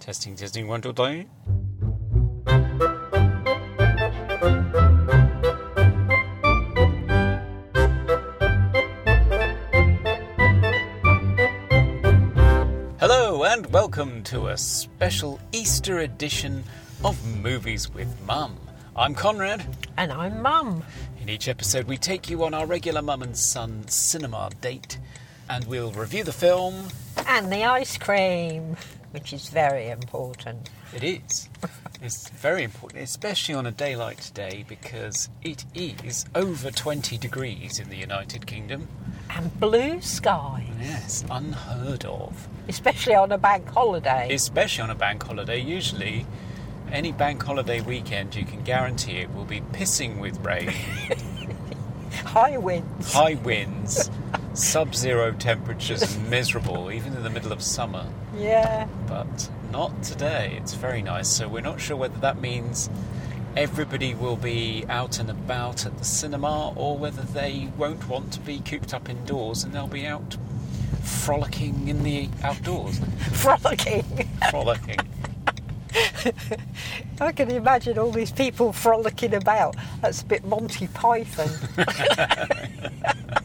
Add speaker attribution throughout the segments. Speaker 1: Testing, testing, one, two, three. Hello, and welcome to a special Easter edition of Movies with Mum. I'm Conrad.
Speaker 2: And I'm mum.
Speaker 1: In each episode, we take you on our regular mum and son cinema date, and we'll review the film.
Speaker 2: And the ice cream, which is very important.
Speaker 1: It is. It's very important, especially on a day like today, because it is over 20 degrees in the United Kingdom.
Speaker 2: And blue sky,
Speaker 1: Yes, unheard of.
Speaker 2: especially on a bank holiday.
Speaker 1: Especially on a bank holiday. Usually, any bank holiday weekend, you can guarantee it will be pissing with rain,
Speaker 2: High winds.
Speaker 1: high winds, sub zero temperatures, miserable, even in the middle of summer.
Speaker 2: Yeah.
Speaker 1: but not today. It's very nice. So we're not sure whether that means everybody will be out and about at the cinema or whether they won't want to be cooped up indoors and they'll be out frolicking in the outdoors.
Speaker 2: Frolicking.
Speaker 1: frolicking.
Speaker 2: I can imagine all these people frolicking about. That's a bit Monty Python.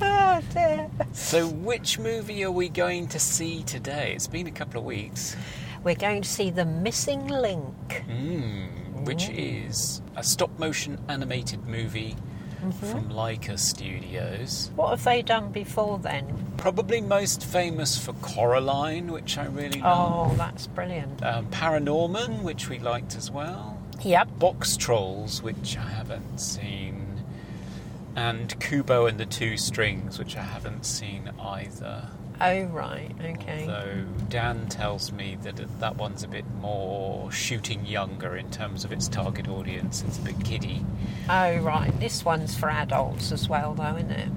Speaker 2: oh dear.
Speaker 1: So which movie are we going to see today? It's been a couple of weeks.
Speaker 2: We're going to see The Missing Link.
Speaker 1: Mm, which is a stop motion animated movie from Leica Studios.
Speaker 2: What have they done before then?
Speaker 1: Probably most famous for Coraline, which I really love.
Speaker 2: Oh, that's brilliant.
Speaker 1: Um, Paranorman, which we liked as well.
Speaker 2: Yep.
Speaker 1: Box Trolls, which I haven't seen. And Kubo and the Two Strings, which I haven't seen either.
Speaker 2: Oh, right. Okay.
Speaker 1: Although Dan tells me that it- that one's a bit more shooting younger in terms of its target audience. It's a bit kiddie.
Speaker 2: Oh, right. This one's for adults as well, though, isn't it?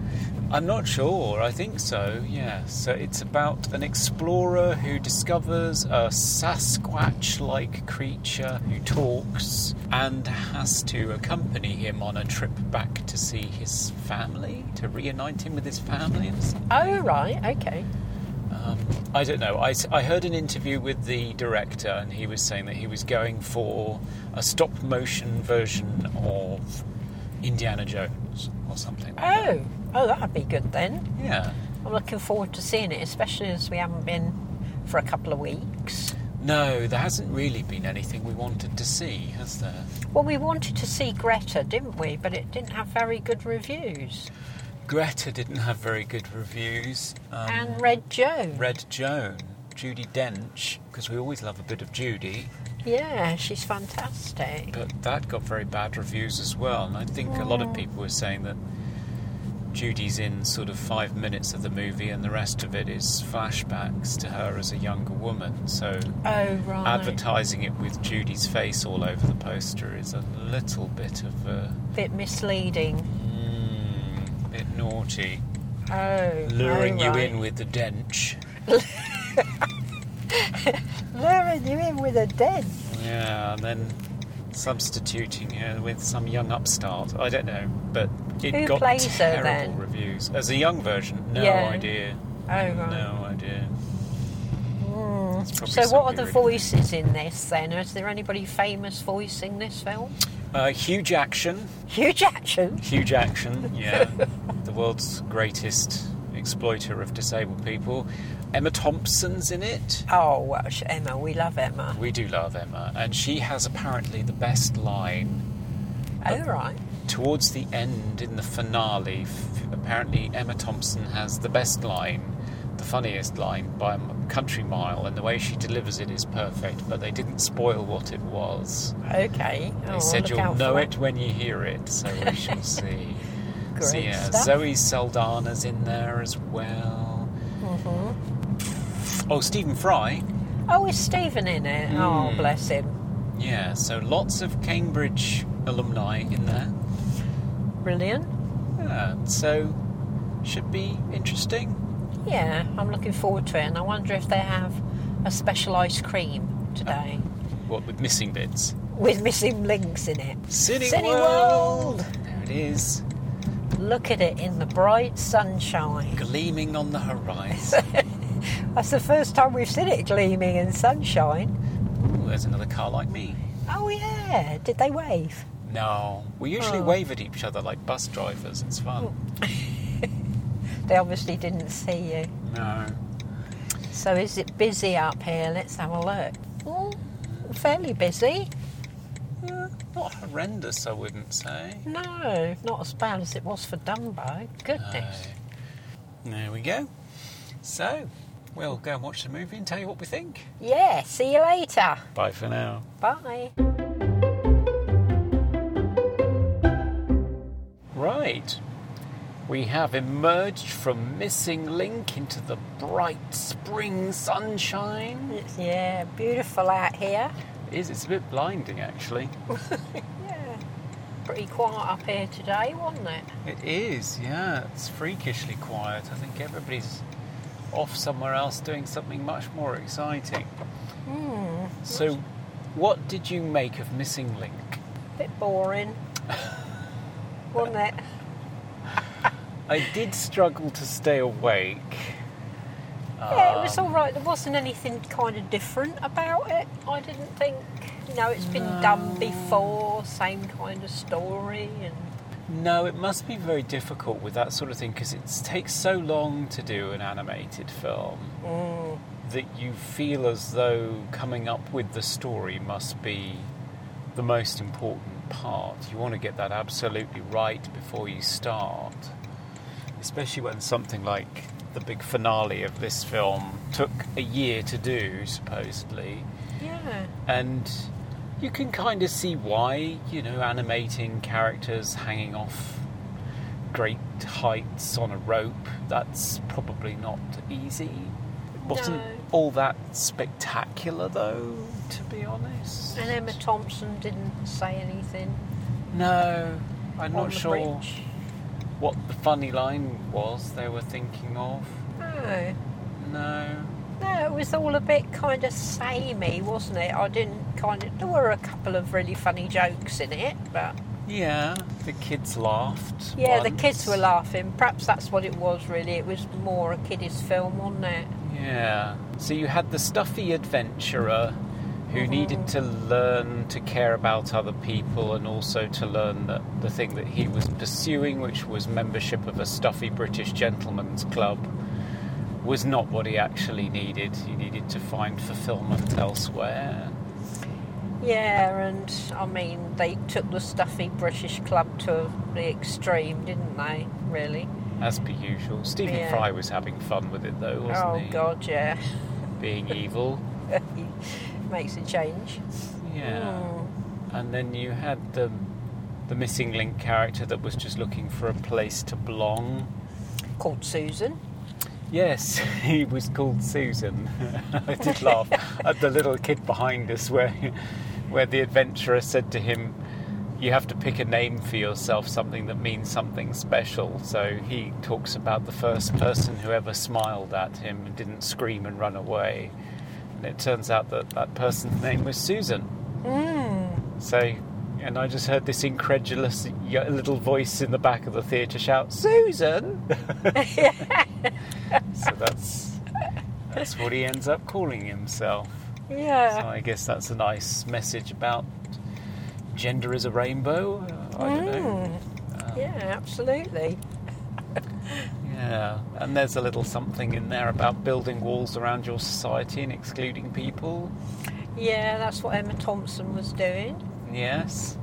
Speaker 1: I'm not sure. I think so. Yeah. So it's about an explorer who discovers a Sasquatch-like creature who talks and has to accompany him on a trip back to see his family, to reunite him with his family. and stuff.
Speaker 2: Oh, right. Okay.
Speaker 1: Um, I don't know. I, s- I heard an interview with the director, and he was saying that he was going for a stop-motion version of Indiana Jones or something. Like that.
Speaker 2: Oh, oh, that'd be good then.
Speaker 1: Yeah.
Speaker 2: I'm looking forward to seeing it, especially as we haven't been for a couple of weeks.
Speaker 1: No, there hasn't really been anything we wanted to see, has there?
Speaker 2: Well, we wanted to see Greta, didn't we? But it didn't have very good reviews.
Speaker 1: Greta didn't have very good reviews. Um,
Speaker 2: and Red Joe.
Speaker 1: Red Joan, Judy Dench, because we always love a bit of Judy,
Speaker 2: Yeah, she's fantastic.
Speaker 1: but that got very bad reviews as well. And I think a lot of people were saying that Judy's in sort of five minutes of the movie, and the rest of it is flashbacks to her as a younger woman. So
Speaker 2: Oh, right.
Speaker 1: advertising it with Judy's face all over the poster is a little bit of a
Speaker 2: Bit misleading.
Speaker 1: mm, bit naughty.
Speaker 2: Oh.
Speaker 1: luring
Speaker 2: oh,
Speaker 1: you
Speaker 2: right.
Speaker 1: in with the dench.
Speaker 2: Luring you in with a dead.
Speaker 1: Yeah, and then substituting her with some young upstart. I don't know, but it
Speaker 2: Who
Speaker 1: got
Speaker 2: plays her
Speaker 1: terrible
Speaker 2: then?
Speaker 1: reviews as a young version. No
Speaker 2: Yeah.
Speaker 1: idea.
Speaker 2: Oh, right. Hmm.
Speaker 1: No idea. It's probably
Speaker 2: So, what are
Speaker 1: somebody
Speaker 2: the
Speaker 1: written-
Speaker 2: voices in this then? Is there anybody famous voicing this film?
Speaker 1: Uh, huge action.
Speaker 2: Hugh Jackman.
Speaker 1: Huge action. Yeah, the world's greatest exploiter of disabled people. Emma Thompson's in it.
Speaker 2: Oh, well, sh- Emma, we love Emma.
Speaker 1: We do love Emma, and she has apparently the best line
Speaker 2: Oh, right.
Speaker 1: towards the end in the finale, f- apparently Emma Thompson has the best line, the funniest line by a m- country mile, and the way she delivers it is perfect. But they didn't spoil what it was.
Speaker 2: Okay. Oh,
Speaker 1: They
Speaker 2: I'll
Speaker 1: said
Speaker 2: look
Speaker 1: you'll
Speaker 2: out
Speaker 1: know
Speaker 2: for
Speaker 1: it when you hear it, so we shall see.
Speaker 2: Great
Speaker 1: so yeah,
Speaker 2: stuff.
Speaker 1: Zoe Saldana's in there as well.
Speaker 2: Mm-hmm.
Speaker 1: Oh, Stephen Fry.
Speaker 2: Oh, is Stephen in it?
Speaker 1: Hmm.
Speaker 2: Oh, bless him.
Speaker 1: Yeah, so lots of Cambridge alumni in there.
Speaker 2: Brilliant.
Speaker 1: Yeah, so should be interesting.
Speaker 2: Yeah, I'm looking forward to it, and I wonder if they have a special ice cream today
Speaker 1: What with missing bits?
Speaker 2: with missing links in it.
Speaker 1: City, There it is,
Speaker 2: Look at it in the bright sunshine.
Speaker 1: gleaming on the horizon.
Speaker 2: That's the first time we've seen it gleaming in sunshine.
Speaker 1: Ooh, there's another car like me.
Speaker 2: Oh, yeah. Did they wave?
Speaker 1: No. We usually
Speaker 2: Oh.
Speaker 1: wave at each other like bus drivers. It's fun.
Speaker 2: They obviously didn't see you.
Speaker 1: No.
Speaker 2: So, is it busy up here? Let's have a look. Mm, fairly busy.
Speaker 1: Eh, not horrendous, I wouldn't say.
Speaker 2: No, not as bad as it was for Dumbo.
Speaker 1: No.
Speaker 2: Goodness.
Speaker 1: There we go. So, we'll go and watch the movie and tell you what we think.
Speaker 2: Yeah, see you later.
Speaker 1: Bye for now.
Speaker 2: Bye.
Speaker 1: Right. We have emerged from Missing Link into the bright spring sunshine.
Speaker 2: It's, yeah, beautiful out here.
Speaker 1: It is, it's a bit blinding actually.
Speaker 2: Yeah. Pretty quiet up here today, wasn't it?
Speaker 1: It is, yeah. It's freakishly quiet. I think everybody's off somewhere else doing something much more exciting.
Speaker 2: Hmm,
Speaker 1: So, what did you make of Missing Link?
Speaker 2: Bit boring. wasn't it?
Speaker 1: I did struggle to stay awake. Uh,
Speaker 2: Yeah, it was all right. There wasn't anything kind of different about it. I didn't think. You know, it's been done before, same kind of story, and
Speaker 1: No, it must be very difficult with that sort of thing because it takes so long to do an animated film Mm. that you feel as though coming up with the story must be the most important part. You want to get that absolutely right before you start, especially when something like the big finale of this film took a year to do, supposedly
Speaker 2: yeah,
Speaker 1: and you can kind of see why you know animating characters hanging off great heights on a rope that's probably not easy it wasn't
Speaker 2: No.
Speaker 1: all that spectacular though to be honest
Speaker 2: and Emma Thompson didn't say anything.
Speaker 1: no i'm
Speaker 2: on
Speaker 1: not
Speaker 2: the
Speaker 1: sure
Speaker 2: bridge.
Speaker 1: what the funny line was they were thinking of
Speaker 2: No,
Speaker 1: no
Speaker 2: no, it was all a bit kind of samey, wasn't it? I didn't kind of. There were a couple of really funny jokes in it, but
Speaker 1: yeah the kids laughed
Speaker 2: yeah, the
Speaker 1: once.
Speaker 2: kids were laughing. Perhaps that's what it was really. It was more a kiddies' film, wasn't it?
Speaker 1: Yeah. So you had the stuffy adventurer who needed to learn to care about other people and also to learn that the thing that he was pursuing, which was membership of a stuffy British gentleman's club, was not what he actually needed. He needed to find fulfillment elsewhere.
Speaker 2: Yeah, and I mean, they took the stuffy British club to the extreme, didn't they? Really?
Speaker 1: As per usual. Stephen
Speaker 2: Yeah.
Speaker 1: Fry was having fun with it though, wasn't
Speaker 2: oh
Speaker 1: he?
Speaker 2: God, yeah,
Speaker 1: Being evil.
Speaker 2: makes a change.
Speaker 1: Yeah.
Speaker 2: Mm.
Speaker 1: And then you had the the missing link character that was just looking for a place to belong.
Speaker 2: Called Susan.
Speaker 1: Yes, he was called Susan. I did laugh at the little kid behind us where where the adventurer said to him, You have to pick a name for yourself, something that means something special. So he talks about the first person who ever smiled at him and didn't scream and run away. And it turns out that that person's name was Susan.
Speaker 2: Hmm.
Speaker 1: So, and I just heard this incredulous y- little voice in the back of the theatre shout, "Susan!" so that's that's what he ends up calling himself. So
Speaker 2: Yeah.
Speaker 1: I guess that's a nice message about gender is a rainbow. uh, I don't know.
Speaker 2: Hmm.
Speaker 1: Oh. Uh,
Speaker 2: Yeah, absolutely.
Speaker 1: Yeah, and there's a little something in there about building walls around your society and excluding people.
Speaker 2: Yeah, that's what Emma Thompson was doing.
Speaker 1: Yes.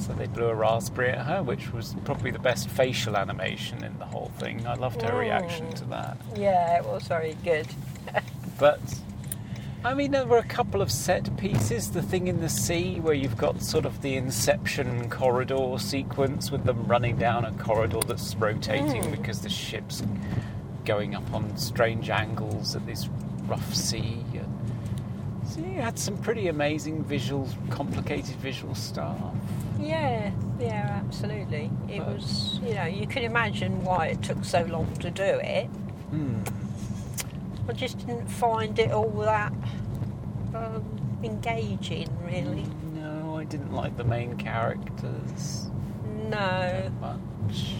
Speaker 1: So they blew a raspberry at her, which was probably the best facial animation in the whole thing. I loved her reaction to that.
Speaker 2: Yeah, it was very good.
Speaker 1: But I mean, there were a couple of set pieces. The thing in the sea, where you've got sort of the Inception corridor sequence with them running down a corridor that's rotating because the ship's going up on strange angles at this rough sea. And so you had some pretty amazing visual, complicated visual stuff.
Speaker 2: Yeah, yeah, absolutely. It
Speaker 1: But-
Speaker 2: was, you know, you can imagine why it took so long to do it.
Speaker 1: Hmm.
Speaker 2: I just didn't find it all that um, engaging, really.
Speaker 1: No, I didn't like the main characters
Speaker 2: No,
Speaker 1: much.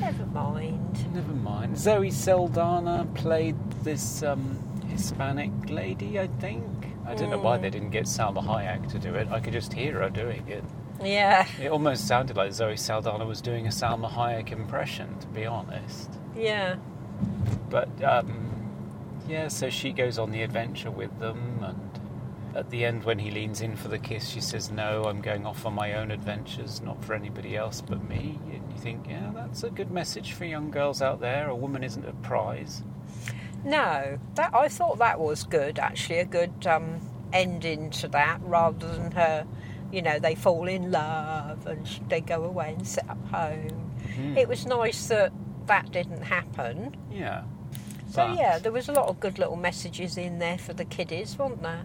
Speaker 2: never mind.
Speaker 1: Never mind. Zoe Saldana played this um, Hispanic lady, I think. I don't know
Speaker 2: Mm.
Speaker 1: why they didn't get Salma Hayek to do it. I could just hear her doing it.
Speaker 2: Yeah,
Speaker 1: It almost sounded like Zoe Saldana was doing a Salma Hayek impression, to be honest.
Speaker 2: yeah.
Speaker 1: But um, yeah, so she goes on the adventure with them, and at the end, when he leans in for the kiss, she says, "No, I'm going off on my own adventures, not for anybody else but me." And you think, yeah, that's a good message for young girls out there. A woman isn't a prize.
Speaker 2: No, that I thought that was good. Actually, a good um, ending to that, rather than her. You know, they fall in love and sh- they go away and set up home.
Speaker 1: Mhm.
Speaker 2: It was nice that that didn't happen.
Speaker 1: yeah.
Speaker 2: So
Speaker 1: But-
Speaker 2: yeah, there was a lot of good little messages in there for the kiddies, weren't there?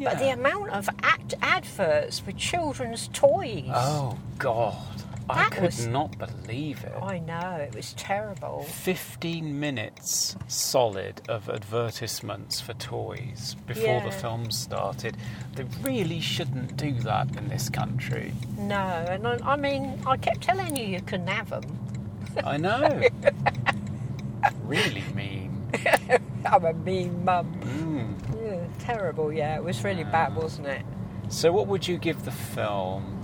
Speaker 2: But the
Speaker 1: Yeah. Um,
Speaker 2: amount of ad- adverts for children's toys.
Speaker 1: Oh God, I
Speaker 2: That
Speaker 1: could
Speaker 2: was-
Speaker 1: not believe it.
Speaker 2: I know, it was terrible.
Speaker 1: 15 minutes solid of advertisements for toys before the
Speaker 2: Yeah.
Speaker 1: film started. They really shouldn't do that in this country.
Speaker 2: No, and I, I mean, I kept telling you you couldn't have them.
Speaker 1: I know. really mean.
Speaker 2: I'm a mean mum.
Speaker 1: Mm.
Speaker 2: Yeah, terrible, yeah. It was really bad, wasn't it?
Speaker 1: So, what would you give the film?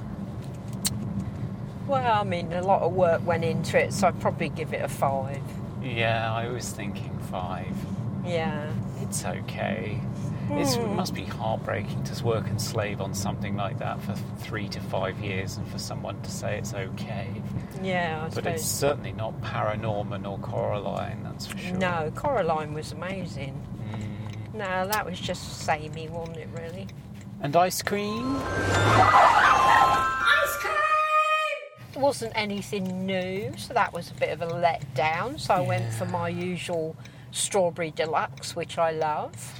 Speaker 2: Well, I mean, a lot of work went into it, so I'd probably give it a five.
Speaker 1: Yeah, I was thinking five.
Speaker 2: Yeah.
Speaker 1: It's okay. It's, it must be heartbreaking to work and slave on something like that for three to five years and for someone to say it's okay.
Speaker 2: Yeah, I
Speaker 1: But it's
Speaker 2: suppose.
Speaker 1: certainly not Paranorman or Coraline, that's for sure.
Speaker 2: No, Coraline was amazing.
Speaker 1: Mm.
Speaker 2: No, that was just samey, wasn't it, really?
Speaker 1: And ice cream?
Speaker 2: Ice cream! Wasn't anything new, so that was a bit of a letdown. So I went for
Speaker 1: Yeah.
Speaker 2: my usual strawberry deluxe, which I love.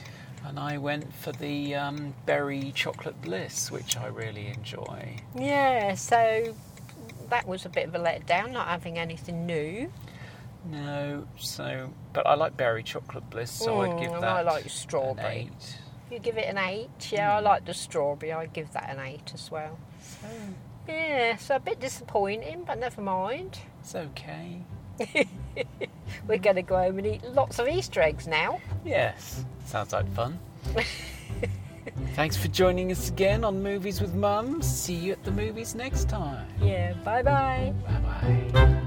Speaker 1: And I went for the um, berry chocolate bliss, which I really enjoy.
Speaker 2: Yeah, so that was a bit of a letdown, not having anything new.
Speaker 1: No, so but I like berry chocolate bliss, so I'd
Speaker 2: Mm,
Speaker 1: give
Speaker 2: and
Speaker 1: that.
Speaker 2: I like
Speaker 1: an
Speaker 2: strawberry.
Speaker 1: eight.
Speaker 2: You give it an eight. Yeah, I like the strawberry. I give that an eight as well. Oh. Yeah, so a bit disappointing, but never mind.
Speaker 1: It's okay.
Speaker 2: We're going to go home and eat lots of Easter eggs now.
Speaker 1: Yes, sounds like fun. Thanks for joining us again on Movies with Mum. See you at the movies next time.
Speaker 2: Yeah, bye bye.
Speaker 1: Bye bye.